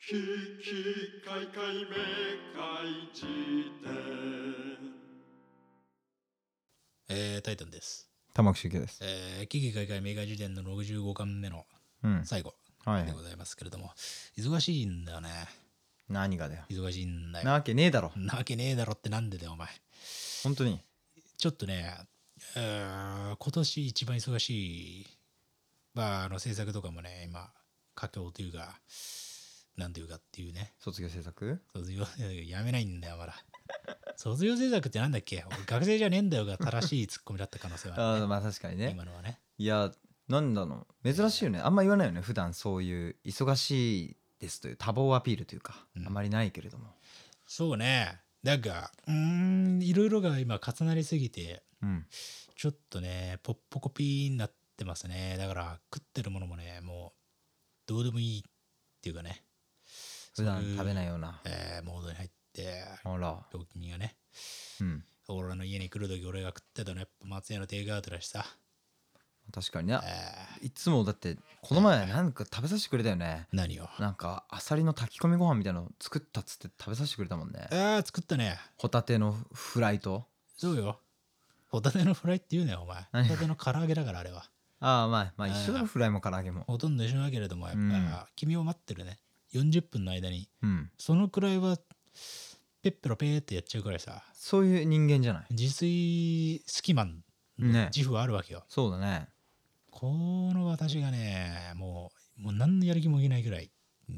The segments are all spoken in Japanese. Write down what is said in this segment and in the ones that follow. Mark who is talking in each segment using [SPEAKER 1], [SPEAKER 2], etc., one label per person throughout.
[SPEAKER 1] ききかいかいめかい辞典
[SPEAKER 2] えー、タイタンです。
[SPEAKER 3] 玉木周介です。
[SPEAKER 2] えー、危機開会明快辞典の65巻目の
[SPEAKER 3] うん。
[SPEAKER 2] 最後
[SPEAKER 3] は
[SPEAKER 2] で
[SPEAKER 3] い
[SPEAKER 2] ご。ざいますけれども、忙しいんだよね。
[SPEAKER 3] 何がだよ。
[SPEAKER 2] 忙しいんだよ。
[SPEAKER 3] なわけねえだろ。
[SPEAKER 2] なわけねえだろってなんでだよ、お前。
[SPEAKER 3] 本当に。
[SPEAKER 2] ちょっとね、えー今年一番忙しい、まあ、あの制作とかもね、今、佳境というか、なんというかっていうね、
[SPEAKER 3] 卒業制作
[SPEAKER 2] 卒業やめないんだよ、ま だ。卒業制作ってなんだっけ俺学生じゃねえんだよが正しいツッコミだった可能性はあ
[SPEAKER 3] あ
[SPEAKER 2] る
[SPEAKER 3] あ、
[SPEAKER 2] ね、
[SPEAKER 3] まあ確かにね。
[SPEAKER 2] 今のはね。
[SPEAKER 3] いや、なんだろう。珍しいよね。あんま言わないよね。普段そういう忙しいですという多忙アピールというか、
[SPEAKER 2] うん
[SPEAKER 3] あまりないけれども。
[SPEAKER 2] そうね。なんか、うーん、いろいろが今重なりすぎて、
[SPEAKER 3] うん。
[SPEAKER 2] ちょっとね、ポッポコピーになってますね。だから、食ってるものもね、もう、どうでもいいっていうかね、
[SPEAKER 3] 普段
[SPEAKER 2] そういう
[SPEAKER 3] 食べないような。
[SPEAKER 2] えーモードに入って、
[SPEAKER 3] あら。
[SPEAKER 2] 病気人がね、
[SPEAKER 3] うん。
[SPEAKER 2] 俺の家に来るとき俺が食ってたのやっぱ松屋のテイクアウトだしさ。
[SPEAKER 3] 確かにね
[SPEAKER 2] え。ー
[SPEAKER 3] いつもだって、この前なんか食べさせてくれたよね。
[SPEAKER 2] 何を
[SPEAKER 3] なんか、アサリの炊き込みご飯みたいなの作ったっつって食べさせてくれたもんね。
[SPEAKER 2] ああ、作ったね。
[SPEAKER 3] ホタテのフライと。
[SPEAKER 2] そうよ。ホタテのフライって言うなよ、お前。
[SPEAKER 3] 何
[SPEAKER 2] ホタテの唐揚げだから、あれは。
[SPEAKER 3] ああ、まあ、まあ一緒だ
[SPEAKER 2] うん
[SPEAKER 3] ろ、フライも唐揚げも。
[SPEAKER 2] ほとんど一緒だけれども、やっぱ、
[SPEAKER 3] うん
[SPEAKER 2] 君を待ってるね。40分の間に
[SPEAKER 3] うん。
[SPEAKER 2] そのくらいはペッペロペーってやっちゃうくらいさ
[SPEAKER 3] そういう人間じゃない。
[SPEAKER 2] 自炊好きマン
[SPEAKER 3] ね
[SPEAKER 2] 自負はあるわけよ、
[SPEAKER 3] そうだね。
[SPEAKER 2] この私がねもうもう何のやる気も起きないぐらいうん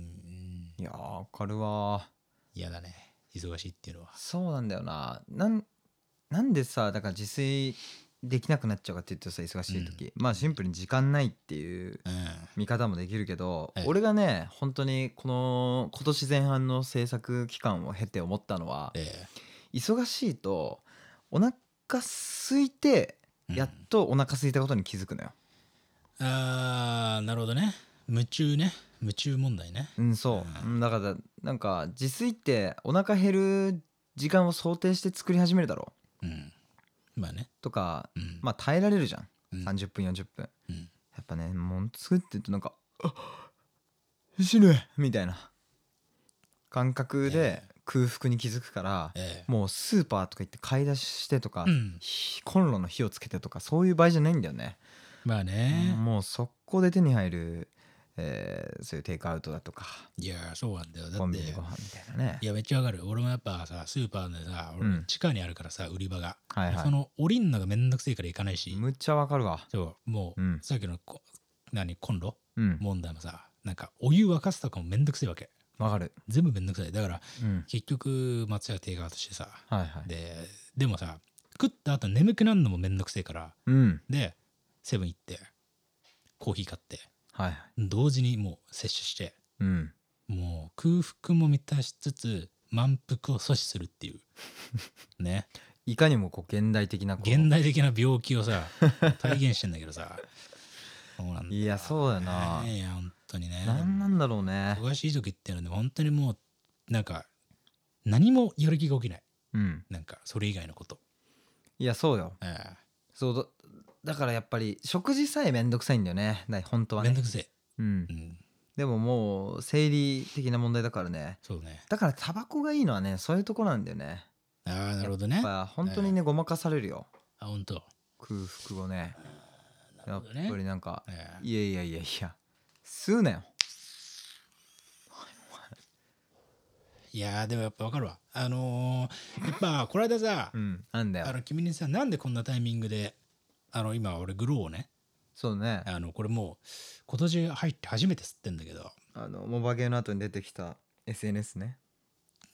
[SPEAKER 3] いやー、わかるわ
[SPEAKER 2] 嫌だね忙しいっていうのは
[SPEAKER 3] ー。そうなんだよな。なん、なんでさ、だから自炊できなくなっちゃうかって言うとさ、忙しい時、まあシンプルに時間ないってい
[SPEAKER 2] う
[SPEAKER 3] う
[SPEAKER 2] ん
[SPEAKER 3] 見方もできるけど、
[SPEAKER 2] ええ
[SPEAKER 3] 俺がね、本当にこの今年前半の制作期間を経て思ったのは、
[SPEAKER 2] え
[SPEAKER 3] 忙しいとお腹空いて、
[SPEAKER 2] うん
[SPEAKER 3] やっとお腹空いたことに気づくのよ。
[SPEAKER 2] ー、あーなるほどね夢中ね夢中問題ね
[SPEAKER 3] うん、そう。うんだから、なんか自炊ってお腹減る時間を想定して作り始めるだろう
[SPEAKER 2] うんまあね
[SPEAKER 3] とか、
[SPEAKER 2] うん
[SPEAKER 3] まあ耐えられるじゃん、
[SPEAKER 2] うん
[SPEAKER 3] 30分40分
[SPEAKER 2] うん
[SPEAKER 3] やっぱねもう作ってるとなんか「あ死ぬ!」みたいな感覚で空腹に気づくから、
[SPEAKER 2] ええ
[SPEAKER 3] もうスーパーとか行って買い出ししてとか、
[SPEAKER 2] うん
[SPEAKER 3] ひコンロの火をつけてとかそういう場合じゃないんだよね、
[SPEAKER 2] まあね、
[SPEAKER 3] もう速攻で手に入る、えーそういうテイクアウトだとか
[SPEAKER 2] いやそうなんだよだって
[SPEAKER 3] コンビニご飯みたいなね
[SPEAKER 2] いやめっちゃわかる俺もやっぱさスーパーでさ俺
[SPEAKER 3] うん
[SPEAKER 2] 地下にあるからさ、売り場が
[SPEAKER 3] はいは
[SPEAKER 2] その降りんのがめんどくせえから行かない
[SPEAKER 3] い
[SPEAKER 2] し、
[SPEAKER 3] むっちゃわかるわ
[SPEAKER 2] そうもう、
[SPEAKER 3] うん
[SPEAKER 2] さっきのこ何コンロ
[SPEAKER 3] うん
[SPEAKER 2] 問題もさなんかお湯沸かすとかもめんどくせえわけ
[SPEAKER 3] わかる
[SPEAKER 2] 全部めんどくさいだから
[SPEAKER 3] うん
[SPEAKER 2] 結局松屋テイクアウトしてさ
[SPEAKER 3] はいはい
[SPEAKER 2] ででもさ食った後眠くなるのもめんどくせえから
[SPEAKER 3] うん
[SPEAKER 2] でセブン行ってコーヒー買って
[SPEAKER 3] はいはい
[SPEAKER 2] 同時にもう摂取して
[SPEAKER 3] うん
[SPEAKER 2] もう空腹も満たしつつ満腹を阻止するっていう ね
[SPEAKER 3] いかにもこう現代的なこう
[SPEAKER 2] 現代的な病気をさ 体現してんだけどさそうなんだ
[SPEAKER 3] いやそうだよな、
[SPEAKER 2] ねいや本当にね
[SPEAKER 3] なんなんだろうね
[SPEAKER 2] 忙しい時っていうのは本当にもうなんか何もやる気が起きない
[SPEAKER 3] うん
[SPEAKER 2] なんかそれ以外のこと、
[SPEAKER 3] いやそうよ
[SPEAKER 2] え
[SPEAKER 3] そうだだからやっぱり食事さえめんどくさいんだよねだ本当
[SPEAKER 2] え
[SPEAKER 3] は
[SPEAKER 2] めん
[SPEAKER 3] ね
[SPEAKER 2] どくせえ、
[SPEAKER 3] うん
[SPEAKER 2] うん、
[SPEAKER 3] でももう生理的な問題だからね
[SPEAKER 2] そうね
[SPEAKER 3] だからタバコがいいのはねそういうとこなんだよね
[SPEAKER 2] ああなるほどね
[SPEAKER 3] やっぱ本当にねごまかされるよ
[SPEAKER 2] あ本当
[SPEAKER 3] 空腹をね
[SPEAKER 2] る
[SPEAKER 3] や
[SPEAKER 2] ほ
[SPEAKER 3] っ
[SPEAKER 2] どね
[SPEAKER 3] ぱりなんか
[SPEAKER 2] ええ
[SPEAKER 3] いやいやいやいや吸うなよ
[SPEAKER 2] いやーでもやっぱわかるわあのーやっぱこの間さ、
[SPEAKER 3] うんなんだ
[SPEAKER 2] あ
[SPEAKER 3] よ
[SPEAKER 2] の君にさなんでこんなタイミングであの今俺グローをね
[SPEAKER 3] そうね
[SPEAKER 2] あのこれもう今年入って初めて吸ってんだけど
[SPEAKER 3] あのモバゲーの後に出てきた SNS ね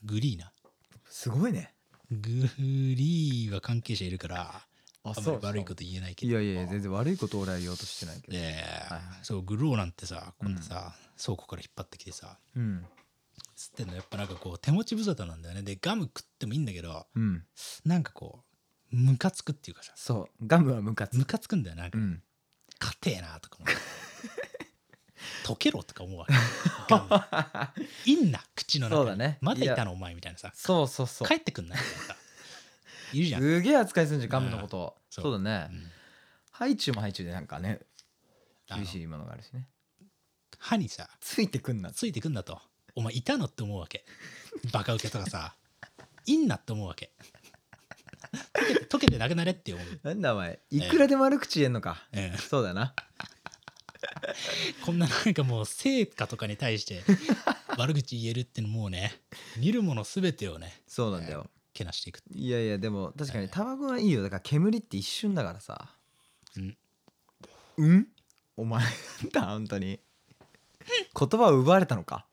[SPEAKER 2] グリーな
[SPEAKER 3] すごいね
[SPEAKER 2] グリーは関係者いるから
[SPEAKER 3] あ
[SPEAKER 2] あんまり悪いこと言えないけ
[SPEAKER 3] い
[SPEAKER 2] ど
[SPEAKER 3] やいや全然悪いこと俺は言おうとしてないけど、
[SPEAKER 2] で、
[SPEAKER 3] はい
[SPEAKER 2] そうグローなんてさ今度さ、倉庫から引っ張ってきてさ
[SPEAKER 3] うん
[SPEAKER 2] 吸ってんのやっぱなんかこう手持ち無沙汰なんだよねでガム食ってもいいんだけど
[SPEAKER 3] うん
[SPEAKER 2] なんかこうムカつくっていうかさ
[SPEAKER 3] そうガムはムカつ
[SPEAKER 2] ム
[SPEAKER 3] く
[SPEAKER 2] カつくんだよななん
[SPEAKER 3] う
[SPEAKER 2] か
[SPEAKER 3] ん
[SPEAKER 2] 硬えなとか思う 溶けろとか思う わけガムいんな口の中に
[SPEAKER 3] そうだね
[SPEAKER 2] まだいたのお前みたいなさ
[SPEAKER 3] そうそうそう
[SPEAKER 2] 帰ってくんないみたいなさいるじゃん、
[SPEAKER 3] すげえ扱いするんじゃんガムのこと
[SPEAKER 2] そ
[SPEAKER 3] そううだね、
[SPEAKER 2] うん
[SPEAKER 3] ハイチュウもハイチュウでなんかね
[SPEAKER 2] あの
[SPEAKER 3] 厳しいものがあるしね
[SPEAKER 2] 歯にさ
[SPEAKER 3] ついてくんな
[SPEAKER 2] ついてくんだとお前いたのって思うわけバカウケとかさいんなって思うわけ溶けて溶けてなくなれって思う、
[SPEAKER 3] なんだお前いくらでも悪口言えんのか、
[SPEAKER 2] うん、
[SPEAKER 3] そうだな
[SPEAKER 2] こんななんかもう成果とかに対して悪口言えるってのもうね見るもの全てをね
[SPEAKER 3] そうなんだよ、
[SPEAKER 2] けなしていく、
[SPEAKER 3] いやいやでも確かにタバコはいいよだから煙って一瞬だからさ
[SPEAKER 2] うん
[SPEAKER 3] うんお前なんだ本当に言葉を奪われたのか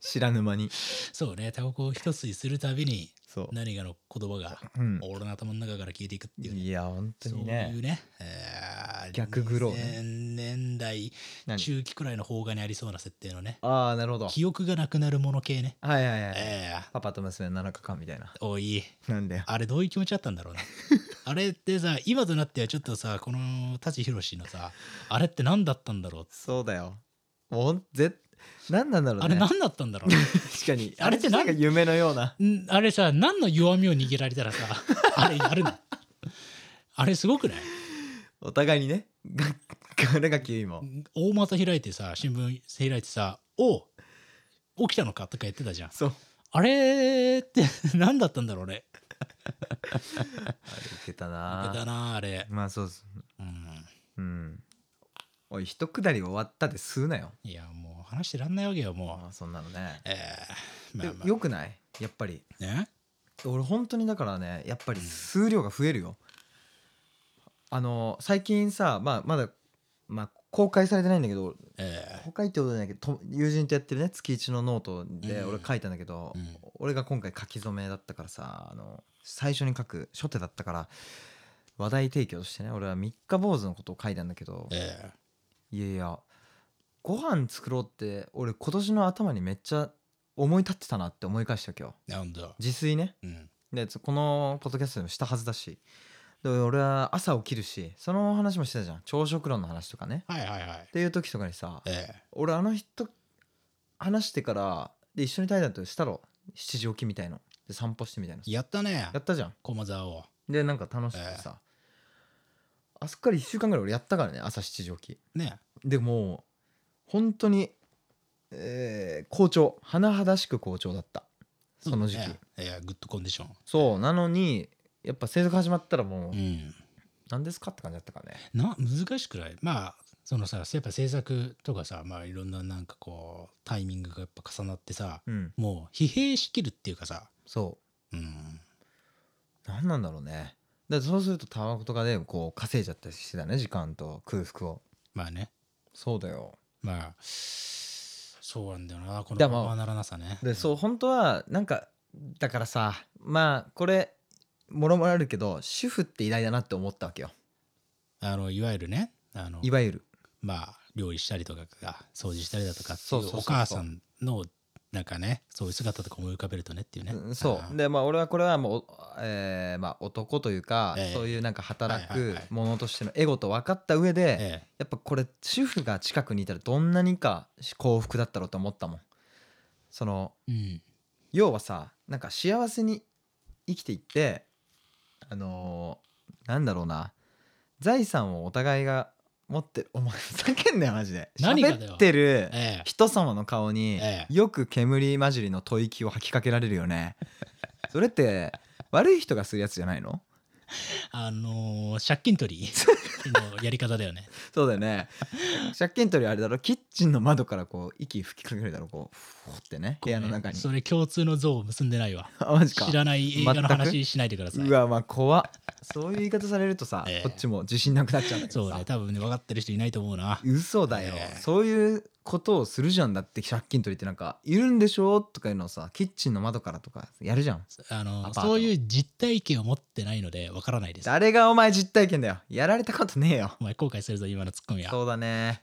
[SPEAKER 3] 知らぬ間に
[SPEAKER 2] そうねタバコを一吸いするたびに
[SPEAKER 3] そう、
[SPEAKER 2] 何かの言葉が
[SPEAKER 3] うん、
[SPEAKER 2] 俺の頭の中から消えていくっていうね
[SPEAKER 3] いや本当にね
[SPEAKER 2] そういうね、えー
[SPEAKER 3] 逆グローね
[SPEAKER 2] 2000年代
[SPEAKER 3] 何
[SPEAKER 2] 中期くらいの邦画にありそうな設定のね
[SPEAKER 3] ああなるほど
[SPEAKER 2] 記憶がなくなるもの系ね、
[SPEAKER 3] はいはいはい、
[SPEAKER 2] え
[SPEAKER 3] パパと娘の7日間みたいな
[SPEAKER 2] ーおい
[SPEAKER 3] なんだよ
[SPEAKER 2] あれどういう気持ちだったんだろ うなあれってさ今となってはちょっとさこの舘ひろしのさあれって何だったんだろう
[SPEAKER 3] そうだよもうほんぜ何なんだろうね
[SPEAKER 2] あれ何だったんだろう
[SPEAKER 3] 確かに
[SPEAKER 2] あれってなん
[SPEAKER 3] なんか夢のような
[SPEAKER 2] うんあれさ何の弱みを握られたらさあれやるのあれすごくない
[SPEAKER 3] お互いにねが柄がきも
[SPEAKER 2] 大股開いてさ新聞開いてさ「おう起きたのか?」とか言ってたじゃん
[SPEAKER 3] そう
[SPEAKER 2] あれって何だったんだろうね
[SPEAKER 3] あれ受けた
[SPEAKER 2] あ
[SPEAKER 3] な
[SPEAKER 2] れだなあれ
[SPEAKER 3] まあそうです
[SPEAKER 2] うん
[SPEAKER 3] うんおい一くだり終わったで吸うなよ
[SPEAKER 2] いやもう話してらんないわけよも
[SPEAKER 3] まあそんなのね
[SPEAKER 2] うええまあ
[SPEAKER 3] で
[SPEAKER 2] まあ
[SPEAKER 3] よくないやっぱり
[SPEAKER 2] ね
[SPEAKER 3] 俺本当にだからねやっぱり数量が増えるよ、あの最近さ、まあ、まだ、まあ、公開されてないんだけど
[SPEAKER 2] え
[SPEAKER 3] 公開ってことじゃないけどと友人とやってるね月一のノートで
[SPEAKER 2] うん
[SPEAKER 3] 俺書いたんだけど、
[SPEAKER 2] うん
[SPEAKER 3] 俺が今回書き初めだったからさあの最初に書く初手だったから話題提供としてね俺は三日坊主のことを書いたんだけど
[SPEAKER 2] えええ
[SPEAKER 3] いやいやご飯作ろうって俺今年の頭にめっちゃ思い立ってたなって思い返した今日
[SPEAKER 2] なんだ
[SPEAKER 3] 自炊ね
[SPEAKER 2] うん
[SPEAKER 3] でつこのポッドキャストでもしたはずだしで俺は朝起きるしその話もしてたじゃん朝食論の話とかね
[SPEAKER 2] はいはいはい
[SPEAKER 3] っていう時とかにさ
[SPEAKER 2] ええ
[SPEAKER 3] 俺あの人話してからで一緒に対談としたろ7時起きみたいので散歩してみたいな
[SPEAKER 2] やったね
[SPEAKER 3] やったじゃん
[SPEAKER 2] 駒沢を
[SPEAKER 3] でなんか楽しくてさ、あそこから1週間ぐらい俺やったからね朝7時起
[SPEAKER 2] ね
[SPEAKER 3] きでもう本当にえー、好調甚だしく好調だったその時期
[SPEAKER 2] ええええグッドコンディション
[SPEAKER 3] そうなのにやっぱ制作始まったらもう、
[SPEAKER 2] うん
[SPEAKER 3] 何ですかって感じだったからね
[SPEAKER 2] な難しくないまあそのさやっぱ制作とかさまあいろんななんかこうタイミングがやっぱ重なってさ
[SPEAKER 3] うん
[SPEAKER 2] もう疲弊しきるっていうかさ
[SPEAKER 3] そ
[SPEAKER 2] うん
[SPEAKER 3] う何なんだろうねだってそうするとタバコとかでこう稼いじゃったりしてたね時間と空腹を
[SPEAKER 2] まあね
[SPEAKER 3] そうだよ
[SPEAKER 2] まあそうなんだよなこ
[SPEAKER 3] で
[SPEAKER 2] の
[SPEAKER 3] も
[SPEAKER 2] ままならなさね
[SPEAKER 3] でそう本当はなんかだからさまあこれもろもろあるけど主婦って偉大だなって思ったわけよ
[SPEAKER 2] あのいわゆるねあの
[SPEAKER 3] いわゆる
[SPEAKER 2] まあ料理したりとかが掃除したりだとかってい
[SPEAKER 3] そうそう
[SPEAKER 2] う
[SPEAKER 3] そうそ
[SPEAKER 2] お
[SPEAKER 3] う
[SPEAKER 2] 母さんのなんかねそういう姿とか思い浮かべるとねっていうね、
[SPEAKER 3] うん
[SPEAKER 2] あ
[SPEAKER 3] そう
[SPEAKER 2] ー
[SPEAKER 3] でまあ俺はこれはもう、えーまあ、男というか、
[SPEAKER 2] ええ
[SPEAKER 3] そういうなんか働
[SPEAKER 2] はいはい
[SPEAKER 3] く
[SPEAKER 2] はい
[SPEAKER 3] 者としてのエゴと分かった上で、
[SPEAKER 2] ええ
[SPEAKER 3] やっぱこれ主婦が近くにいたらどんなにか幸福だったろうと思ったもんその
[SPEAKER 2] うん
[SPEAKER 3] 要はさなんか幸せに生きていってあのーなんだろうな財産をお互いが持ってるお前ふざけんなよマジで
[SPEAKER 2] 何がだよ
[SPEAKER 3] 喋ってる
[SPEAKER 2] ええ
[SPEAKER 3] 人様の顔に
[SPEAKER 2] ええ
[SPEAKER 3] よく煙混じりの吐息を吐きかけられるよね それって悪い人がするやつじゃないの
[SPEAKER 2] あのー借金取 りのやり方だよね
[SPEAKER 3] そうだよ ね借金取りあれだろキッチンの窓からこう息吹きかけるだろこうふわってね部屋の中に
[SPEAKER 2] それ共通の像を結んでないわ
[SPEAKER 3] あマジか
[SPEAKER 2] 知らない映画の
[SPEAKER 3] 全
[SPEAKER 2] 話しないでくださいう
[SPEAKER 3] わまあ怖っそういう言い方されるとさ、
[SPEAKER 2] ええ
[SPEAKER 3] こっちも自信なくなっちゃうんだけど
[SPEAKER 2] そう
[SPEAKER 3] さ、
[SPEAKER 2] ね多分ね分かってる人いないと思うな
[SPEAKER 3] 嘘だよ、
[SPEAKER 2] ええ
[SPEAKER 3] そういうことをするじゃんだって借金取りってなんかいるんでしょとかいうのをさキッチンの窓からとかやるじゃん
[SPEAKER 2] あ
[SPEAKER 3] アパ
[SPEAKER 2] の
[SPEAKER 3] ート
[SPEAKER 2] そういう実体験を持ってないので分からないです
[SPEAKER 3] 誰がお前実体験だよやられたことねえよ
[SPEAKER 2] お前後悔するぞ今のツッコミは
[SPEAKER 3] そうだね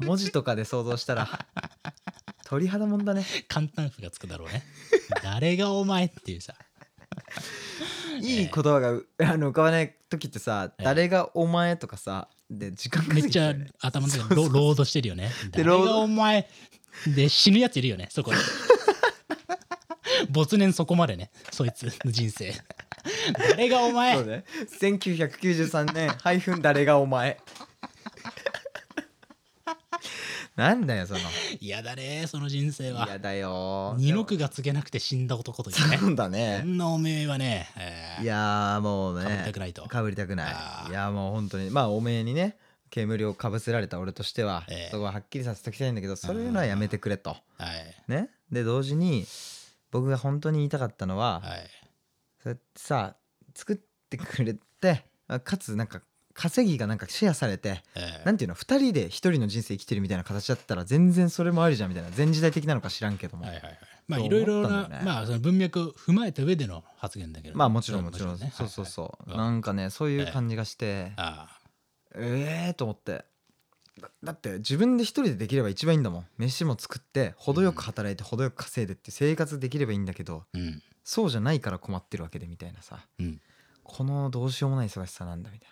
[SPEAKER 3] 文字とかで想像した ら鳥肌もんだね
[SPEAKER 2] 簡単符がつくだろうね誰がお前っていうさ
[SPEAKER 3] いい言葉がうあの浮かばない時ってさ、
[SPEAKER 2] ええ
[SPEAKER 3] 誰がお前とかさで時間が
[SPEAKER 2] め
[SPEAKER 3] 過
[SPEAKER 2] っ
[SPEAKER 3] ぎ
[SPEAKER 2] ち
[SPEAKER 3] ちゃ
[SPEAKER 2] ゃ
[SPEAKER 3] うよね
[SPEAKER 2] 頭の
[SPEAKER 3] そう
[SPEAKER 2] 中
[SPEAKER 3] そう
[SPEAKER 2] で
[SPEAKER 3] そ
[SPEAKER 2] ロ
[SPEAKER 3] う
[SPEAKER 2] ロードしてるよね
[SPEAKER 3] で
[SPEAKER 2] 誰
[SPEAKER 3] ロード
[SPEAKER 2] がお前で死ぬやついるよねそこで没年そこまでねそいつの人生誰がお前
[SPEAKER 3] そうね1993年「誰がお前」なんだよその
[SPEAKER 2] 嫌だねその人生は
[SPEAKER 3] 嫌だよ
[SPEAKER 2] 二の句が告げなくて死んだ男というね
[SPEAKER 3] そうだ
[SPEAKER 2] そ
[SPEAKER 3] ね
[SPEAKER 2] んなおめえはね、えー
[SPEAKER 3] いやーもうね
[SPEAKER 2] かぶりたくないと
[SPEAKER 3] かぶりたくない
[SPEAKER 2] あー
[SPEAKER 3] いやもう本当にまあおめえにね煙をかぶせられた俺としては、
[SPEAKER 2] ええ
[SPEAKER 3] そこははっきりさせておきたいんだけどそういうのはやめてくれと
[SPEAKER 2] はい
[SPEAKER 3] ねで同時に僕が本当に言いたかったのは、
[SPEAKER 2] はい
[SPEAKER 3] そうやってさ作ってくれてあかつなんか稼ぎがなんかシェアされて
[SPEAKER 2] え
[SPEAKER 3] なんていうの2人で1人の人生生きてるみたいな形だったら全然それもありじゃんみたいな全時代的なのか知らんけ
[SPEAKER 2] ー
[SPEAKER 3] ども、
[SPEAKER 2] はいはいはいまあ
[SPEAKER 3] そう
[SPEAKER 2] いろいろ
[SPEAKER 3] 思った
[SPEAKER 2] なん
[SPEAKER 3] だよね
[SPEAKER 2] まあその文脈を踏まえた上での発言だけど
[SPEAKER 3] まあもちろんもちろん、
[SPEAKER 2] ね
[SPEAKER 3] そうそうそう、
[SPEAKER 2] はいはい
[SPEAKER 3] なんかねそういう感じがして、
[SPEAKER 2] はいはいあ
[SPEAKER 3] ええー、と思ってだだって自分で一人でできれば一番いいんだもん飯も作って程よく働いて程よく稼いでって生活できればいいんだけど
[SPEAKER 2] ーうん
[SPEAKER 3] そうじゃないから困ってるわけでみたいなさ
[SPEAKER 2] うん
[SPEAKER 3] このどうしようもない忙しさなんだみたい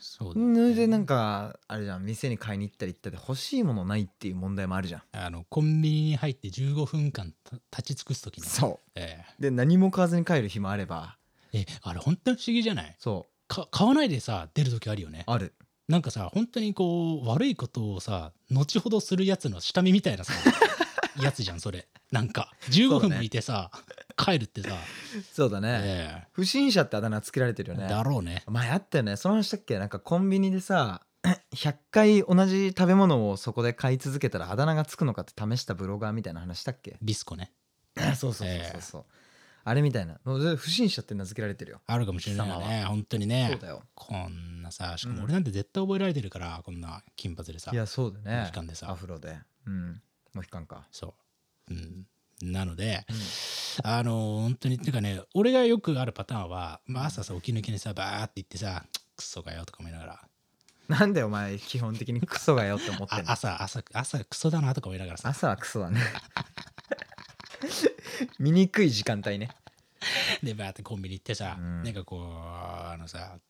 [SPEAKER 2] そうだね
[SPEAKER 3] なそれでなんかあれじゃん店に買いに行ったり行ったで欲しいものないっていう問題もあるじゃん
[SPEAKER 2] あのコンビニに入って15分間た立ち尽くす時の
[SPEAKER 3] そ
[SPEAKER 2] え
[SPEAKER 3] うで何も買わずに帰る日もあれば
[SPEAKER 2] ーえあれ本当に不思議じゃない
[SPEAKER 3] そ
[SPEAKER 2] か買わないでさ出る時あるよね
[SPEAKER 3] うある
[SPEAKER 2] なんかさ本当にこう悪いことをさ後ほどするやつの下見みたいな さやつじゃんそれなんか15分もいてさ、帰るって さ、
[SPEAKER 3] そうだね、
[SPEAKER 2] え
[SPEAKER 3] 不審者ってあだ名つけられてる
[SPEAKER 2] え
[SPEAKER 3] よね
[SPEAKER 2] だろうね
[SPEAKER 3] 前あったよねその話したっけなんかコンビニでさ 100回同じ食べ物をそこで買い続けたらあだ名がつくのかって試したブロガーみたいな話したっ け
[SPEAKER 2] ビスコね
[SPEAKER 3] そうそうそう
[SPEAKER 2] え
[SPEAKER 3] そ
[SPEAKER 2] え
[SPEAKER 3] うそう、あれみたいなもう不審者って名付けられてるよ、
[SPEAKER 2] あるかもしれないよ
[SPEAKER 3] 貴様
[SPEAKER 2] ね本当に
[SPEAKER 3] そ
[SPEAKER 2] ね
[SPEAKER 3] うだよ
[SPEAKER 2] こんなさしか
[SPEAKER 3] う
[SPEAKER 2] も
[SPEAKER 3] ん
[SPEAKER 2] 俺なんて絶対覚えられてるから、こんな金髪でさ
[SPEAKER 3] いやそうだね
[SPEAKER 2] モヒカンでさ
[SPEAKER 3] アフロでうんモヒカンか
[SPEAKER 2] そう、うん、なので、
[SPEAKER 3] うん
[SPEAKER 2] あの本当にっていうかね俺がよくあるパターンは、まあ、朝さ起き抜けにさバーって言ってさクソがよとか思いながら
[SPEAKER 3] なんでお前基本的にクソがよって思って
[SPEAKER 2] あ
[SPEAKER 3] んの
[SPEAKER 2] 朝朝朝クソだなとか思いながらさ
[SPEAKER 3] 朝はクソだね 醜い時間帯ね
[SPEAKER 2] でバーってコンビニ行ってさ、
[SPEAKER 3] うん
[SPEAKER 2] なんかこうあのさ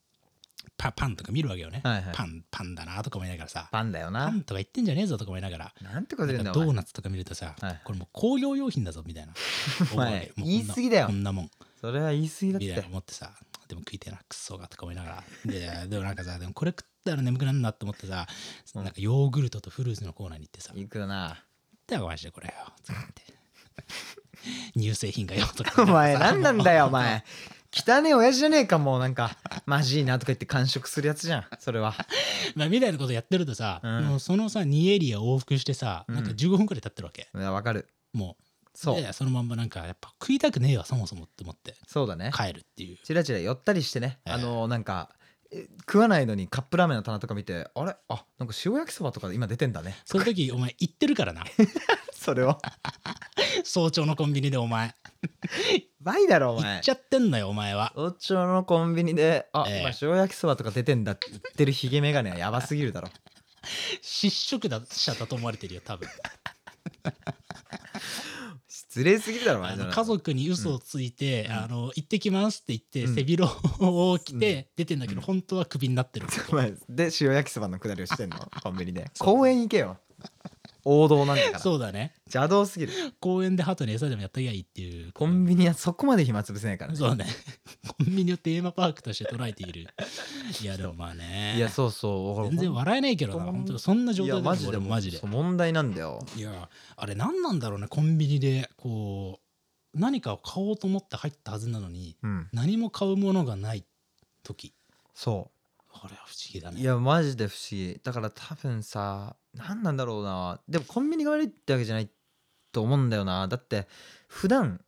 [SPEAKER 2] パパンとか見るわけよね、
[SPEAKER 3] はいはい
[SPEAKER 2] パンパンだなとか思いながらさ
[SPEAKER 3] パンだよ
[SPEAKER 2] パ
[SPEAKER 3] な
[SPEAKER 2] ンとか言ってんじゃねえぞとか思いながら
[SPEAKER 3] なんてこと言う
[SPEAKER 2] なんん
[SPEAKER 3] だ
[SPEAKER 2] か
[SPEAKER 3] よ
[SPEAKER 2] ドーナツとか見るとさ、
[SPEAKER 3] はい
[SPEAKER 2] これもう工業用品だぞみた いな思うわけもうこんな
[SPEAKER 3] 言い過ぎだよ
[SPEAKER 2] こんなもん
[SPEAKER 3] それは言い過ぎだっ
[SPEAKER 2] みたいな
[SPEAKER 3] て
[SPEAKER 2] 思ってさでも食いてえなクソがとか思いながらで でもなんかさでもこれ食ったら眠くなるなと思ってさ、
[SPEAKER 3] うん
[SPEAKER 2] なんかヨーグルトとフルーツのコーナーに行ってさ「
[SPEAKER 3] 行くよな
[SPEAKER 2] だからマジでこれよ」つって 「乳製品がよ」とか
[SPEAKER 3] お前何なん だよお
[SPEAKER 2] もう
[SPEAKER 3] 前汚ねえ親父じゃねえかもうなんかマジいいなとか言って完食するやつじゃんそれは
[SPEAKER 2] まあ、みたいなことやってるとさ、
[SPEAKER 3] うん
[SPEAKER 2] もうそのさ2エリア往復してさなんか
[SPEAKER 3] うん
[SPEAKER 2] 15分くらい経ってるわけ、
[SPEAKER 3] いやわかる
[SPEAKER 2] もう
[SPEAKER 3] そう
[SPEAKER 2] でそのまんまなんかやっぱ食いたくねえわそもそもって思って
[SPEAKER 3] そうだね
[SPEAKER 2] 帰るっていう
[SPEAKER 3] チラチラ寄ったりしてね
[SPEAKER 2] ええ
[SPEAKER 3] あのなんかえ食わないのにカップラーメンの棚とか見てあれあなんか塩焼きそばとか今出てん だね
[SPEAKER 2] その時お前行ってるから な
[SPEAKER 3] それを
[SPEAKER 2] 早朝のコンビニでお前
[SPEAKER 3] バイだろお
[SPEAKER 2] 行
[SPEAKER 3] 前
[SPEAKER 2] っちゃってんのよお前は
[SPEAKER 3] 早朝のコンビニであ
[SPEAKER 2] ええ
[SPEAKER 3] 今塩焼きそばとか出てんだって言ってるヒゲメガネはやばすぎるだろ
[SPEAKER 2] 失職だ者だと思われてるよ多 分
[SPEAKER 3] 失礼すぎるだろお
[SPEAKER 2] あ
[SPEAKER 3] 前
[SPEAKER 2] の家族に嘘をついて、
[SPEAKER 3] うん
[SPEAKER 2] あの行ってきますって言って、
[SPEAKER 3] うん
[SPEAKER 2] 背広を着
[SPEAKER 3] う
[SPEAKER 2] て出てんだけど、
[SPEAKER 3] うん
[SPEAKER 2] 本当はクビになって る
[SPEAKER 3] お前で塩焼きそばのくだりをして んのコンビニで公園行けよ王道なんだから
[SPEAKER 2] そうだね
[SPEAKER 3] 邪道すぎる
[SPEAKER 2] 公園で鳩に餌でもやったりゃいいっていう
[SPEAKER 3] コンビニはそこまで暇つぶせないからね
[SPEAKER 2] そうね コンビニをテーマパークとして捉えているいやでもまあね
[SPEAKER 3] いやそうそう
[SPEAKER 2] 全然
[SPEAKER 3] わ
[SPEAKER 2] 笑えないけどな
[SPEAKER 3] 本当
[SPEAKER 2] 本当そんな状態
[SPEAKER 3] いや
[SPEAKER 2] だ
[SPEAKER 3] マ
[SPEAKER 2] よ
[SPEAKER 3] ジで
[SPEAKER 2] 俺もマジで
[SPEAKER 3] そう問題なんだよ
[SPEAKER 2] いやあれ何なんだろうねコンビニでこう何かを買おうと思って入ったはずなのに
[SPEAKER 3] うん
[SPEAKER 2] 何も買うものがない時
[SPEAKER 3] そ
[SPEAKER 2] これは不思議だ
[SPEAKER 3] う
[SPEAKER 2] ね
[SPEAKER 3] いやマジで不思議だから多分さ何なんだろうなでもコンビニが悪いってわけじゃないと思うんだよなだって普段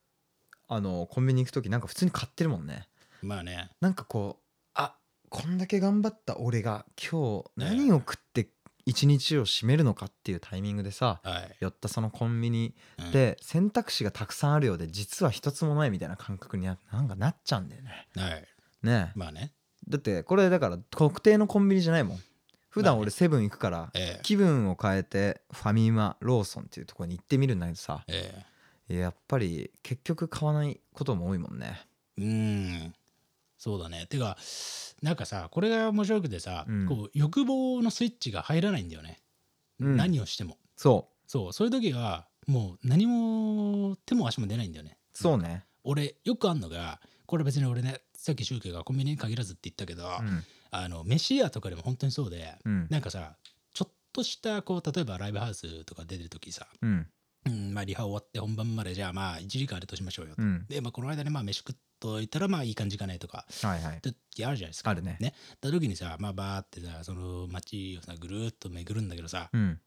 [SPEAKER 3] あのコンビニ行く時なんか普通に買ってるもんね
[SPEAKER 2] まあね
[SPEAKER 3] なんかこうあこんだけ頑張った俺が今日
[SPEAKER 2] ね
[SPEAKER 3] 何を食って一日を締めるのかっていうタイミングでさ
[SPEAKER 2] はい、
[SPEAKER 3] 寄ったそのコンビニ
[SPEAKER 2] うん
[SPEAKER 3] で選択肢がたくさんあるようで実は一つもないみたいな感覚にななんかなっちゃうんだよね。
[SPEAKER 2] はい
[SPEAKER 3] ねえ
[SPEAKER 2] まあね
[SPEAKER 3] だってこれだから特定のコンビニじゃないもん。普
[SPEAKER 2] まあ
[SPEAKER 3] 段
[SPEAKER 2] ね
[SPEAKER 3] 俺セブン行くから
[SPEAKER 2] ええ
[SPEAKER 3] 気分を変えてファミマローソンっていうところに行ってみるんだけどさ
[SPEAKER 2] ええ
[SPEAKER 3] やっぱり結局買わないことも多いもんね。
[SPEAKER 2] うーんそうだねてかなんかさこれが面白くてさ、
[SPEAKER 3] うん
[SPEAKER 2] こう欲望のスイッチが入らないんだよね、
[SPEAKER 3] うん
[SPEAKER 2] 何をしても
[SPEAKER 3] そ
[SPEAKER 2] そうそういう時はもう何も手も足も出ないんだよね
[SPEAKER 3] うそうね。
[SPEAKER 2] 俺よくあんのがこれ別に俺ねさっき宗教がコンビニに限らずって言ったけど、
[SPEAKER 3] うん
[SPEAKER 2] あの飯屋とかでも本当にそうで、
[SPEAKER 3] うん
[SPEAKER 2] なんかさちょっとしたこう例えばライブハウスとか出てる時さ、
[SPEAKER 3] うん
[SPEAKER 2] うんまあ、リハ終わって本番までじゃあまあ1時間あるとしましょうよ、
[SPEAKER 3] うん
[SPEAKER 2] で、まあ、この間ねまあ飯食っといたらまあいい感じかねとか
[SPEAKER 3] はいはい
[SPEAKER 2] ってあるじゃないですか
[SPEAKER 3] あるね
[SPEAKER 2] ねた時にさまあバーってさその街をさぐるーっと巡るんだけどさ
[SPEAKER 3] うん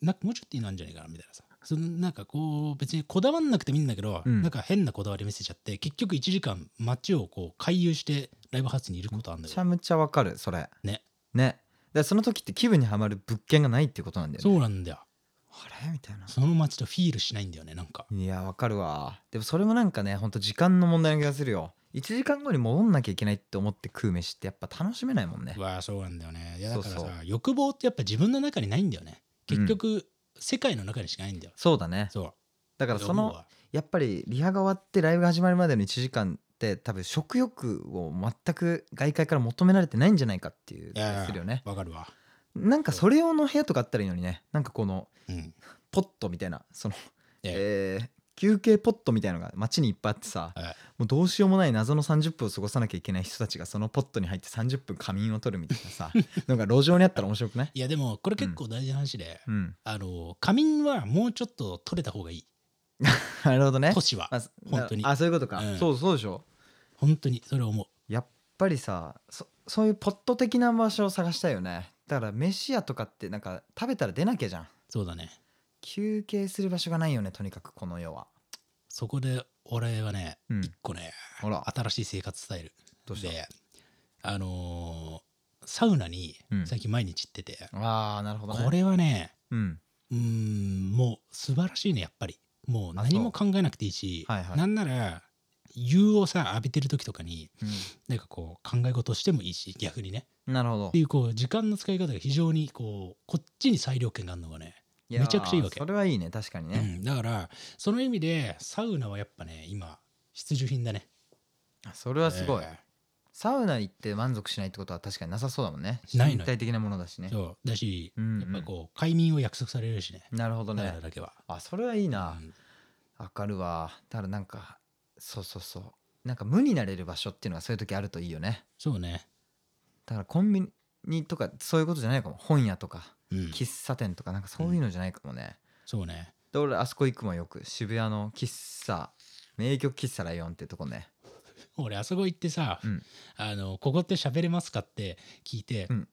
[SPEAKER 2] なんかもうちょっといいのあるんじゃないかなみたいなさそのなんかこう別にこだわんなくてもいいんだけど、
[SPEAKER 3] うん
[SPEAKER 2] なんか変なこだわり見せちゃって結局1時間街をこう回遊してライブハウスにいることあるん
[SPEAKER 3] め
[SPEAKER 2] だよ
[SPEAKER 3] ちゃめちゃわかるそれ
[SPEAKER 2] ね
[SPEAKER 3] ねでその時って気分にはまる物件がないってことなんだよね
[SPEAKER 2] そうなんだよ
[SPEAKER 3] あれみたいな
[SPEAKER 2] その街とフィールしないんだよねなんか
[SPEAKER 3] いやわかるわでもそれもなんかねほんと時間の問題な気がするよ1時間後に戻んなきゃいけないって思って食う飯ってやっぱ楽しめないもんね
[SPEAKER 2] わあそうなんだよねいやだからさ
[SPEAKER 3] そうそ
[SPEAKER 2] 欲望ってやっぱ自分の中にないんだよね結局、世界の中にしかないんだよ
[SPEAKER 3] そうだね
[SPEAKER 2] そう
[SPEAKER 3] だからそのやっぱりリハが終わってライブが始まるまでの1時間って多分食欲を全く外界から求められてないんじゃないかっていう気
[SPEAKER 2] いやい
[SPEAKER 3] が
[SPEAKER 2] や
[SPEAKER 3] するよね
[SPEAKER 2] わかるわ
[SPEAKER 3] なんかそれ用の部屋とかあったらいいのにねなんかこの
[SPEAKER 2] うん
[SPEAKER 3] ポットみたいなその
[SPEAKER 2] え
[SPEAKER 3] えー休憩ポットみたいのが街にいっぱいあってさ、
[SPEAKER 2] はい
[SPEAKER 3] もうどうしようもない謎の30分を過ごさなきゃいけない人たちがそのポットに入って30分仮眠を取るみたいなさ のが路上にあったら面白くない
[SPEAKER 2] いやでもこれ結構大事な話で、
[SPEAKER 3] うん、
[SPEAKER 2] あの仮眠はもうちょっと取れた方がいい
[SPEAKER 3] なるほどね。
[SPEAKER 2] 年は
[SPEAKER 3] あす
[SPEAKER 2] 本当に
[SPEAKER 3] あそういうことか、
[SPEAKER 2] うん
[SPEAKER 3] そうそうでしょ
[SPEAKER 2] 本当にそれ思う
[SPEAKER 3] やっぱりさそそういうポット的な場所を探したいよねだから飯屋とかってなんか食べたら出なきゃじゃん
[SPEAKER 2] そうだね
[SPEAKER 3] 休憩する場所がないよねとにかくこの世は
[SPEAKER 2] そこで俺はね
[SPEAKER 3] うん
[SPEAKER 2] 一個ね、
[SPEAKER 3] ほら
[SPEAKER 2] 新しい生活スタイル
[SPEAKER 3] どうした
[SPEAKER 2] であのーサウナに
[SPEAKER 3] うん
[SPEAKER 2] 最近毎日行ってて、
[SPEAKER 3] ああなるほどね
[SPEAKER 2] これはね
[SPEAKER 3] うん
[SPEAKER 2] うーんもう素晴らしいねやっぱりもう
[SPEAKER 3] あそ
[SPEAKER 2] 何
[SPEAKER 3] う
[SPEAKER 2] も考えなくていいし、
[SPEAKER 3] はいはい
[SPEAKER 2] なんなら湯をさ浴びてる時とかになんかこう考え事してもいいし逆にね
[SPEAKER 3] うん、なるほど
[SPEAKER 2] っていうこう時間の使い方が非常にこうこっちに裁量権があるのがね、
[SPEAKER 3] いやー
[SPEAKER 2] めちゃくちゃいいわけ
[SPEAKER 3] それはいいね確かに
[SPEAKER 2] う
[SPEAKER 3] ね、
[SPEAKER 2] ん、だからその意味でサウナはやっぱね今必需品だね
[SPEAKER 3] それはすごい、
[SPEAKER 2] え
[SPEAKER 3] サウナ行って満足しないってことは確かになさそうだもんね
[SPEAKER 2] ないのよ
[SPEAKER 3] 身体的なものだしね
[SPEAKER 2] えそうだし、
[SPEAKER 3] うんうん
[SPEAKER 2] やっぱこう快眠を約束されるしね
[SPEAKER 3] なるほど
[SPEAKER 2] サウ
[SPEAKER 3] ね
[SPEAKER 2] ナだけは、
[SPEAKER 3] あそれはいいな
[SPEAKER 2] うん
[SPEAKER 3] わかるわだからなんかそうそうそうなんか無になれる場所っていうのがそういう時あるといいよね
[SPEAKER 2] そうね
[SPEAKER 3] だからコンビニとかそういうことじゃないかも本屋とか
[SPEAKER 2] うん
[SPEAKER 3] 喫茶店とかなんかそういうのじゃないかもね、
[SPEAKER 2] そうね
[SPEAKER 3] で俺あそこ行くもんよく渋谷の喫茶名曲喫茶ライオンってとこね
[SPEAKER 2] 俺あそこ行ってさ、
[SPEAKER 3] うん
[SPEAKER 2] あの「ここって喋れますか?」って聞いて、
[SPEAKER 3] うん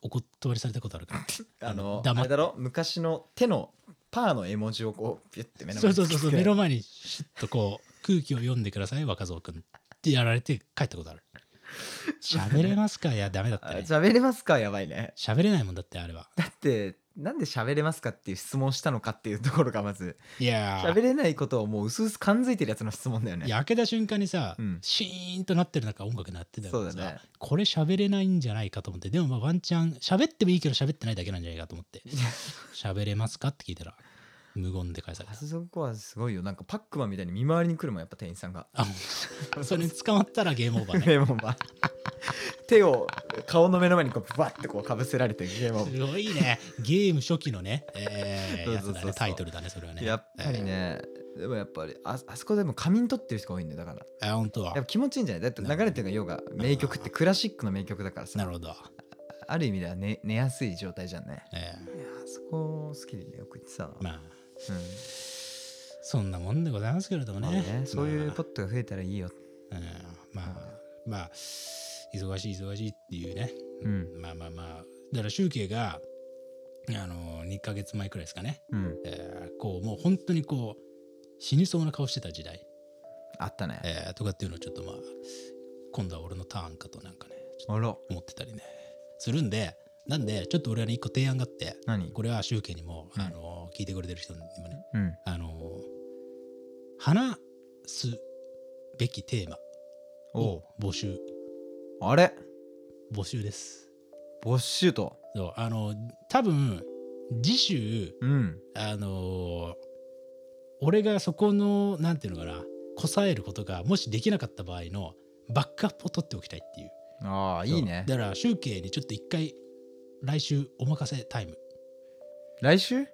[SPEAKER 2] お断りされたことあるから
[SPEAKER 3] あの
[SPEAKER 2] 黙っ
[SPEAKER 3] あれだろ昔の手のパーの絵文字をこうピュッて 目の
[SPEAKER 2] そ
[SPEAKER 3] 前
[SPEAKER 2] うそ
[SPEAKER 3] に
[SPEAKER 2] う
[SPEAKER 3] 突き
[SPEAKER 2] そう
[SPEAKER 3] つ
[SPEAKER 2] そう目
[SPEAKER 3] けられて
[SPEAKER 2] の前にシュッとこう空気を読んでください若造君ってやられて帰ったことある喋れますかいやダメだった
[SPEAKER 3] あ
[SPEAKER 2] ね
[SPEAKER 3] 喋れますかやばいね
[SPEAKER 2] 喋れないもんだってあれは
[SPEAKER 3] だってなんで喋れますかっていう質問したのかっていうところがまず
[SPEAKER 2] いやー
[SPEAKER 3] 喋れないことをもう薄々感づいてるやつの質問だよね
[SPEAKER 2] いや開けた瞬間にさ、
[SPEAKER 3] うん
[SPEAKER 2] シーンとなってる中音楽鳴ってたか
[SPEAKER 3] そう
[SPEAKER 2] ら
[SPEAKER 3] だ
[SPEAKER 2] さ、
[SPEAKER 3] ね
[SPEAKER 2] これ喋れないんじゃないかと思ってでもまあワンチャン喋ってもいいけど喋ってないだけなんじゃないかと思 って喋れますかって聞いたら無言で返され
[SPEAKER 3] あ
[SPEAKER 2] た
[SPEAKER 3] そこはすごいよなんかパックマンみたいに見回りに来るもんやっぱ店員さんが
[SPEAKER 2] あそれに捕まったらゲームオーバーね
[SPEAKER 3] レモンは手を顔の目の前にこうバッてこうかぶせられてゲームオーバ
[SPEAKER 2] すごいねゲーム初期のね、えー、や
[SPEAKER 3] そ
[SPEAKER 2] つ
[SPEAKER 3] うそうそう
[SPEAKER 2] だ
[SPEAKER 3] そう
[SPEAKER 2] ねタイトルだねそれはね
[SPEAKER 3] ーやっぱりねでもやっぱりああそこでも仮眠取ってる人が多いんだよだから
[SPEAKER 2] えーあ本当は
[SPEAKER 3] やっぱ気持ちいいんじゃないだって流れてるのが要が名曲ってクラシックの名曲だから
[SPEAKER 2] な
[SPEAKER 3] さ
[SPEAKER 2] るほど、
[SPEAKER 3] ある意味では寝寝やすい状態じゃんね
[SPEAKER 2] え
[SPEAKER 3] いやーそこ好きでねよく行ってたな、
[SPEAKER 2] ーまあ
[SPEAKER 3] うん
[SPEAKER 2] そんなもんでございますけれども
[SPEAKER 3] まあ
[SPEAKER 2] ね,、
[SPEAKER 3] ねそういうポ
[SPEAKER 2] と、
[SPEAKER 3] ットが増えたらいいよ
[SPEAKER 2] うん、まあまあ忙しい忙しいっていうね、
[SPEAKER 3] うん
[SPEAKER 2] まあまあまあだから集計があの2ヶ月前くらいですかね、
[SPEAKER 3] うん
[SPEAKER 2] えーこうもう本当にこう死にそうな顔してた時代、
[SPEAKER 3] あったね
[SPEAKER 2] えーとかっていうのをちょっとまあ今度は俺のターンかとなんかねちょっと
[SPEAKER 3] あら
[SPEAKER 2] 思ってたりねするんでなんでちょっと俺はね一個提案があって
[SPEAKER 3] 何
[SPEAKER 2] これは集計にも、
[SPEAKER 3] うん
[SPEAKER 2] あの聞いてくれてる人にもね
[SPEAKER 3] うん
[SPEAKER 2] あの話すべきテーマ
[SPEAKER 3] お
[SPEAKER 2] を
[SPEAKER 3] う
[SPEAKER 2] 募集
[SPEAKER 3] あれ
[SPEAKER 2] 募集です
[SPEAKER 3] ボッシュート
[SPEAKER 2] そうあの多分次週
[SPEAKER 3] うん
[SPEAKER 2] あの俺がそこのなんていうのかなこさえることがもしできなかった場合のバックアップを取っておきたいっていう
[SPEAKER 3] ああいいね
[SPEAKER 2] そうだから集計にちょっと一回来週お任せタイム
[SPEAKER 3] 来週
[SPEAKER 2] うん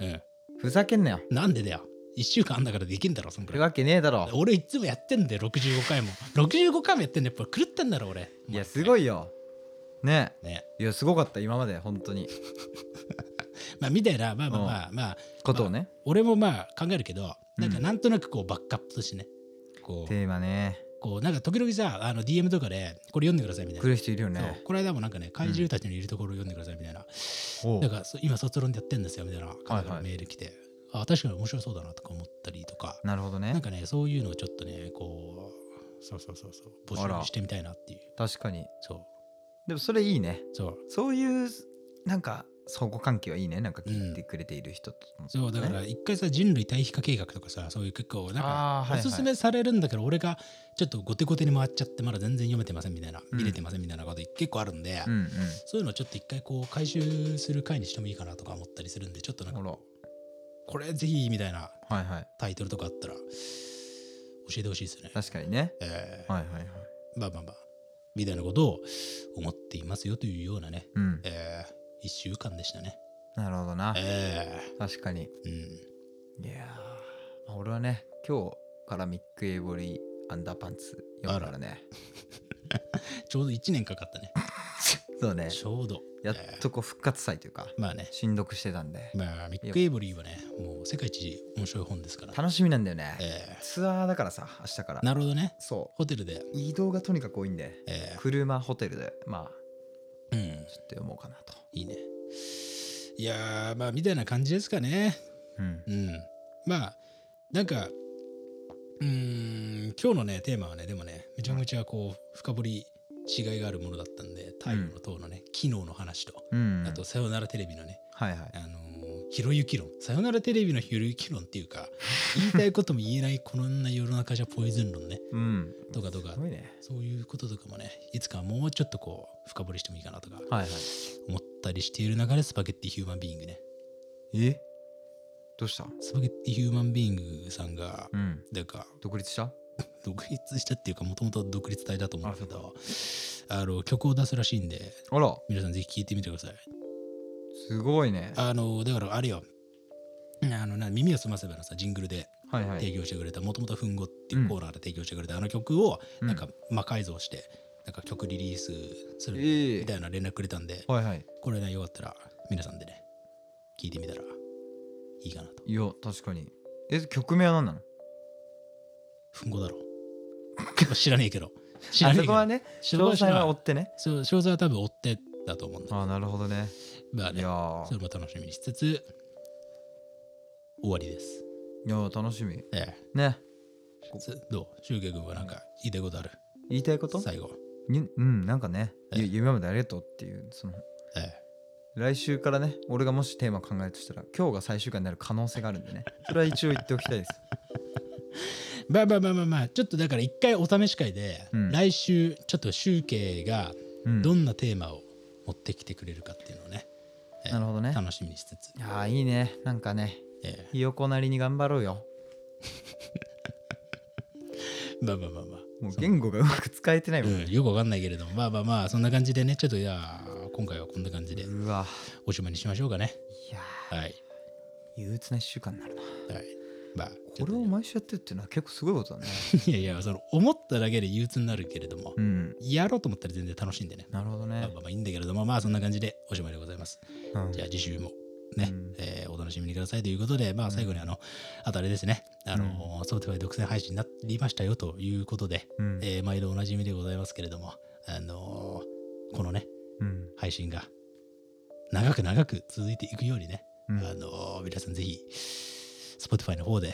[SPEAKER 3] ふざけんなよ
[SPEAKER 2] なんでだよ1週間あんだからできんだろそんく
[SPEAKER 3] いる
[SPEAKER 2] らい
[SPEAKER 3] わけねえだろ
[SPEAKER 2] 俺いつもやってんだよ65回も65回もやってんだよやっぱ狂ってんだろ俺
[SPEAKER 3] いやすご
[SPEAKER 2] い
[SPEAKER 3] いよね
[SPEAKER 2] ね
[SPEAKER 3] いやすごかった今まで本当に
[SPEAKER 2] まあ、みたいな、まあまあまあ、まあ、
[SPEAKER 3] ことをね、
[SPEAKER 2] 俺もまあ考えるけど、なんか
[SPEAKER 3] うん
[SPEAKER 2] なんとなくこうバックアップとしてね、こう
[SPEAKER 3] テーマね
[SPEAKER 2] こうなんか時々さ、あの DM とかでこれ読んでくださいみたい
[SPEAKER 3] 来
[SPEAKER 2] な。
[SPEAKER 3] る人いるよ
[SPEAKER 2] そう
[SPEAKER 3] ね
[SPEAKER 2] この間もなんかね、怪獣たちのいるところを読んでくださいみたいな。
[SPEAKER 3] おう
[SPEAKER 2] なんかそう今、卒論でやってんですよみたいな感じ
[SPEAKER 3] はい
[SPEAKER 2] の
[SPEAKER 3] はい
[SPEAKER 2] メール来て、あ確かに面白そうだなとか思ったりとか、
[SPEAKER 3] なるほど
[SPEAKER 2] な
[SPEAKER 3] ね
[SPEAKER 2] んかね、そういうのをちょっとね、こう、そうそうそうそう、
[SPEAKER 3] あ
[SPEAKER 2] 募
[SPEAKER 3] ら
[SPEAKER 2] 集してみたいなっていう。
[SPEAKER 3] 確かに
[SPEAKER 2] そ
[SPEAKER 3] でもそれいいね
[SPEAKER 2] う。そう。
[SPEAKER 3] そういうなんか相互関係はいいねなんか聞いてくれている人との、
[SPEAKER 2] そうだから
[SPEAKER 3] ね
[SPEAKER 2] 一回さ人類対比化計画とかさそういう結構なん
[SPEAKER 3] あー
[SPEAKER 2] か
[SPEAKER 3] はいは
[SPEAKER 2] お
[SPEAKER 3] い
[SPEAKER 2] すすめされるんだけど俺がちょっと後手後手に回っちゃってまだ全然読めてませんみたいな
[SPEAKER 3] うん
[SPEAKER 2] 見れてませんみたいなこと結構あるんで
[SPEAKER 3] うんうん
[SPEAKER 2] そういうのをちょっと一回こう回収する回にしてもいいかなとか思ったりするんでちょっとなんか
[SPEAKER 3] ほら
[SPEAKER 2] これぜひみたいな
[SPEAKER 3] はいはい
[SPEAKER 2] タイトルとかあったら教えてほしいですね。
[SPEAKER 3] 確かにね
[SPEAKER 2] えー
[SPEAKER 3] はいはいはい
[SPEAKER 2] まあまあまあみたいなことを思っていますよというようなね、
[SPEAKER 3] うん
[SPEAKER 2] え1週間でしたね。
[SPEAKER 3] なるほどな
[SPEAKER 2] え
[SPEAKER 3] 確かに
[SPEAKER 2] ーうん
[SPEAKER 3] いやーまあ俺はね今日からミック・エイボリーアンダーパンツ読むからね
[SPEAKER 2] ちょうど1年かかったね。
[SPEAKER 3] そうね
[SPEAKER 2] ちょうど。
[SPEAKER 3] やっとこう復活祭というか
[SPEAKER 2] まあね、
[SPEAKER 3] しんどくしてたんで
[SPEAKER 2] まあ、ミック・エイボリーはね、もう世界一面白い本ですから。
[SPEAKER 3] 楽しみなんだよね
[SPEAKER 2] え
[SPEAKER 3] ツアーだからさ明日から
[SPEAKER 2] ーなるほどね。
[SPEAKER 3] そ
[SPEAKER 2] ホテルで
[SPEAKER 3] う、移動がとにかく多いんで
[SPEAKER 2] え
[SPEAKER 3] 車ホテルでまあ
[SPEAKER 2] ーうん、
[SPEAKER 3] ちょっと読もうかなと。
[SPEAKER 2] いいね。いやー、まあ、みたいな感じですかね。
[SPEAKER 3] うん。
[SPEAKER 2] うん。まあ、なんか、うーん、今日のね、テーマはね、でもね、めちゃめちゃこう、深掘りしがいがあるものだったんで、太陽の塔のね、機能の話と、
[SPEAKER 3] うん、
[SPEAKER 2] あと、さよならテレビのね、
[SPEAKER 3] はいはい。
[SPEAKER 2] あのーひろゆき論さよならテレビのひろゆき論っていうか言いたいことも言えないこんな世の中じゃポイズン論ね
[SPEAKER 3] うん。
[SPEAKER 2] とかとか
[SPEAKER 3] すごいね。
[SPEAKER 2] そういうこととかもねいつかはもうちょっとこう深掘りしてもいいかなとか
[SPEAKER 3] はいはい。
[SPEAKER 2] 思ったりしている中でスパゲッティヒューマンビーイングね
[SPEAKER 3] えどうした
[SPEAKER 2] スパゲッティヒューマンビーイングさんが
[SPEAKER 3] うん。
[SPEAKER 2] なんか
[SPEAKER 3] 独立した
[SPEAKER 2] 独立したっていうかもともと独立体だと思うんだけどあの曲を出すらしいんで
[SPEAKER 3] あら、
[SPEAKER 2] 皆さんぜひ聴いてみてください
[SPEAKER 3] すごいね。
[SPEAKER 2] あのだからあれよあのな耳を澄ませばのさジングルで
[SPEAKER 3] はいは
[SPEAKER 2] 提
[SPEAKER 3] い。
[SPEAKER 2] 供してくれたもともと「ふんご」っていうコーナーで提供してくれたあの曲を
[SPEAKER 3] うん
[SPEAKER 2] なんか魔改造してなんか曲リリースする
[SPEAKER 3] ええ
[SPEAKER 2] みたいな連絡くれたんで
[SPEAKER 3] はいはい。
[SPEAKER 2] これねよかったら皆さんでね聞いてみたらいいかなと
[SPEAKER 3] いや、確かに。え、曲名は何なの
[SPEAKER 2] ふんごだろ知らねえけど知ら
[SPEAKER 3] あ
[SPEAKER 2] ねえ
[SPEAKER 3] そ
[SPEAKER 2] けど
[SPEAKER 3] こはね、
[SPEAKER 2] 知ら
[SPEAKER 3] 詳
[SPEAKER 2] ない知
[SPEAKER 3] 細
[SPEAKER 2] ら
[SPEAKER 3] は追
[SPEAKER 2] ない
[SPEAKER 3] ってね。
[SPEAKER 2] そう詳細は多分追ってだと思うんだ
[SPEAKER 3] ああ、なるほどね。
[SPEAKER 2] まあ
[SPEAKER 3] い
[SPEAKER 2] ね
[SPEAKER 3] や
[SPEAKER 2] それ
[SPEAKER 3] ー
[SPEAKER 2] も楽しみにしつつ終わりです
[SPEAKER 3] いやー、楽しみ。
[SPEAKER 2] ええ
[SPEAKER 3] ね。
[SPEAKER 2] つどうシュウケイ君はなんか言いたいことある
[SPEAKER 3] 言いたいこと
[SPEAKER 2] 最後
[SPEAKER 3] にうん、なんかね、
[SPEAKER 2] ええ
[SPEAKER 3] ゆ夢までありがとうっていう、その、
[SPEAKER 2] ええ
[SPEAKER 3] 来週からね、俺がもしテーマ考えるとしたら、今日が最終回になる可能性があるんでね。それは一応言っておきたいです。
[SPEAKER 2] まあまあまあまあまあちょっとだから一回お試し会で、
[SPEAKER 3] うん
[SPEAKER 2] 来週ちょっと集計が
[SPEAKER 3] うん。
[SPEAKER 2] どんなテーマを持ってきてくれるかっていうのをね、えー
[SPEAKER 3] なるほどね。
[SPEAKER 2] 楽しみにしつつ、
[SPEAKER 3] いやーいいねなんかね
[SPEAKER 2] え
[SPEAKER 3] ひよこなりに頑張ろうよ
[SPEAKER 2] ーまあまあまあまあ
[SPEAKER 3] もう言語がうまく使えてないもん
[SPEAKER 2] うん、よくわかんないけれどもまあまあまあそんな感じでねちょっといやー今回はこんな感じで
[SPEAKER 3] うわ
[SPEAKER 2] おしまいにしましょうかね
[SPEAKER 3] いや
[SPEAKER 2] はい
[SPEAKER 3] ー憂鬱な1週間になるな
[SPEAKER 2] はいまあちょ
[SPEAKER 3] こ
[SPEAKER 2] っと
[SPEAKER 3] れを毎週やってるっていうのは結構すごいことだ ね
[SPEAKER 2] いやいやその思っただけで憂鬱になるけれども、
[SPEAKER 3] うん
[SPEAKER 2] やろうと思ったら全然楽しいんでね
[SPEAKER 3] なるほど
[SPEAKER 2] まあ
[SPEAKER 3] ね
[SPEAKER 2] まあまあいいんだけれどもまあそんな感じでおしまいでございます
[SPEAKER 3] うん
[SPEAKER 2] じゃあ次週もね、
[SPEAKER 3] うん
[SPEAKER 2] えーお楽しみにくださいということで、まあ最後にあの、あとあれですね、あの、ソーティファイ独占配信になりましたよということで、
[SPEAKER 3] うん
[SPEAKER 2] えー毎度おなじみでございますけれども、あのーこのね、
[SPEAKER 3] うん
[SPEAKER 2] 配信が長く長く続いていくようにね、
[SPEAKER 3] うん
[SPEAKER 2] あのー皆さんぜひ、Spotify の方で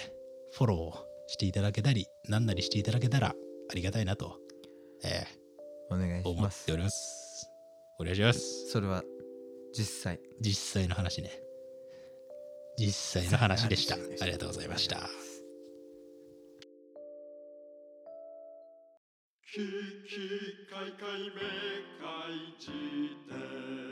[SPEAKER 2] フォローをしていただけたり、なんなりしていただけたらありがたいなと、え
[SPEAKER 3] お願い
[SPEAKER 2] ー
[SPEAKER 3] し
[SPEAKER 2] 思
[SPEAKER 3] ま
[SPEAKER 2] っ
[SPEAKER 3] す
[SPEAKER 2] ております。お願いします。
[SPEAKER 3] それは実際
[SPEAKER 2] 実際の話ね実際の話でしたありがとうございました
[SPEAKER 1] キキカイカイメカイ辞典